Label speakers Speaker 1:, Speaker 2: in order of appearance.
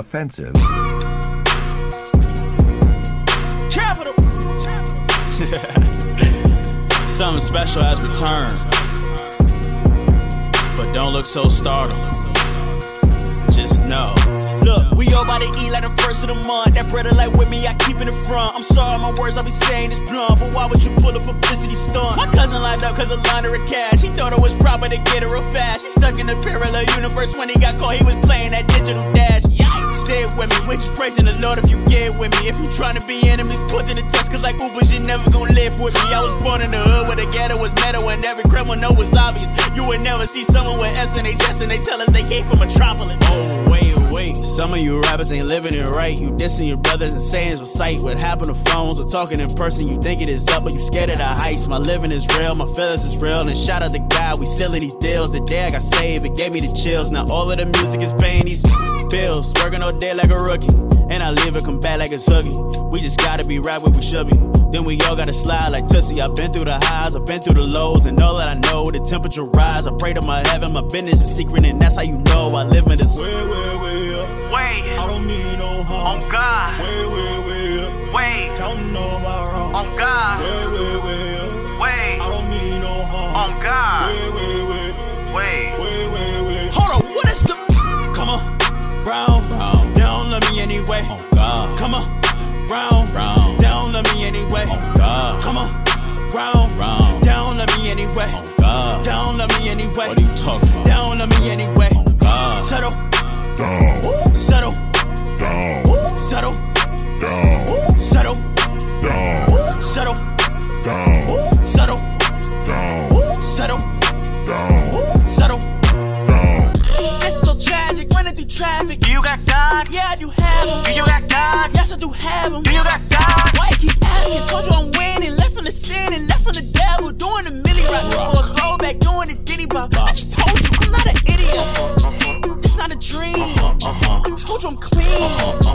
Speaker 1: offensive,
Speaker 2: Capital.
Speaker 3: Something special has returned. But don't look so startled. Just know.
Speaker 2: Look, we all about to eat like the first of the month. That bread of light with me, I keep in the front. I'm sorry, my words I be saying is blunt. But why would you pull a publicity stunt? My cousin lined up cause a launder of cash. He thought it was proper to get her real fast. He stuck in the parallel universe when he got caught. He was playing that digital dash. Yikes. Stay with me, which is praising the Lord if you get with me. If you tryna be enemies, put to the test. Cause like Ubers, you never gonna live with me. I was born in the hood where the ghetto was metal and every criminal was obvious. You would never see someone with SNHS and they tell us they came from Metropolis.
Speaker 3: Oh, wait, wait. Some of you rappers ain't living it right. You dissing your brothers and sayings with sight. What happened to phones or talking in person? You think it is up, but you scared of the heights. My living is real, my feelings is real. And shout out to God, we sealing these deals. The day I got saved, it gave me the chills. Now all of the music is paying these bills. Working all day like a rookie. And I live and come back like it's huggy. We just gotta be right where we should be. Then we all gotta slide like Tussie. I've been through the highs, I've been through the lows, and all that I know, the temperature rise. I pray to my heaven, my business is secret, and that's how you know I live in this.
Speaker 2: Way, way, way up.
Speaker 4: Wait,
Speaker 2: I don't mean no harm.
Speaker 4: on Oh, God.
Speaker 2: Way, way, way up.
Speaker 4: Wait,
Speaker 2: Counting all my wrongs.
Speaker 4: on Oh, God.
Speaker 2: Way, way, way up. I
Speaker 4: Wait,
Speaker 2: don't mean no harm.
Speaker 4: on Oh, God.
Speaker 2: Way, way, way,
Speaker 4: Wait.
Speaker 2: way, way, way.
Speaker 3: Hold on, what is the. Come on, round, round. They don't love me anyway. Oh, God. Come on, round, round. They don't love me anyway. Oh, God. Come on, round, round. They don't love me anyway. Oh, God. They don't love me anyway. What are you talking about? They don't love me anyway. Oh, God. Settle,
Speaker 5: down,
Speaker 3: settle,
Speaker 5: down,
Speaker 3: settle,
Speaker 5: down,
Speaker 3: settle,
Speaker 5: down,
Speaker 3: settle,
Speaker 5: down,
Speaker 3: settle,
Speaker 5: down,
Speaker 3: settle,
Speaker 5: down,
Speaker 3: settle.
Speaker 5: down.
Speaker 2: It's so tragic running through traffic.
Speaker 4: Do you got God?
Speaker 2: Yeah, I do have 'em.
Speaker 4: Do you got God?
Speaker 2: Yes, I do have 'em.
Speaker 4: Do you got God?
Speaker 2: Why you keep asking? Told you I'm winning. Left from the sin and left from the devil. Doing the milli rock. Or a throwback, doing the diddy bop. I just told you I'm not an idiot. It's not a dream. I told you I'm clean.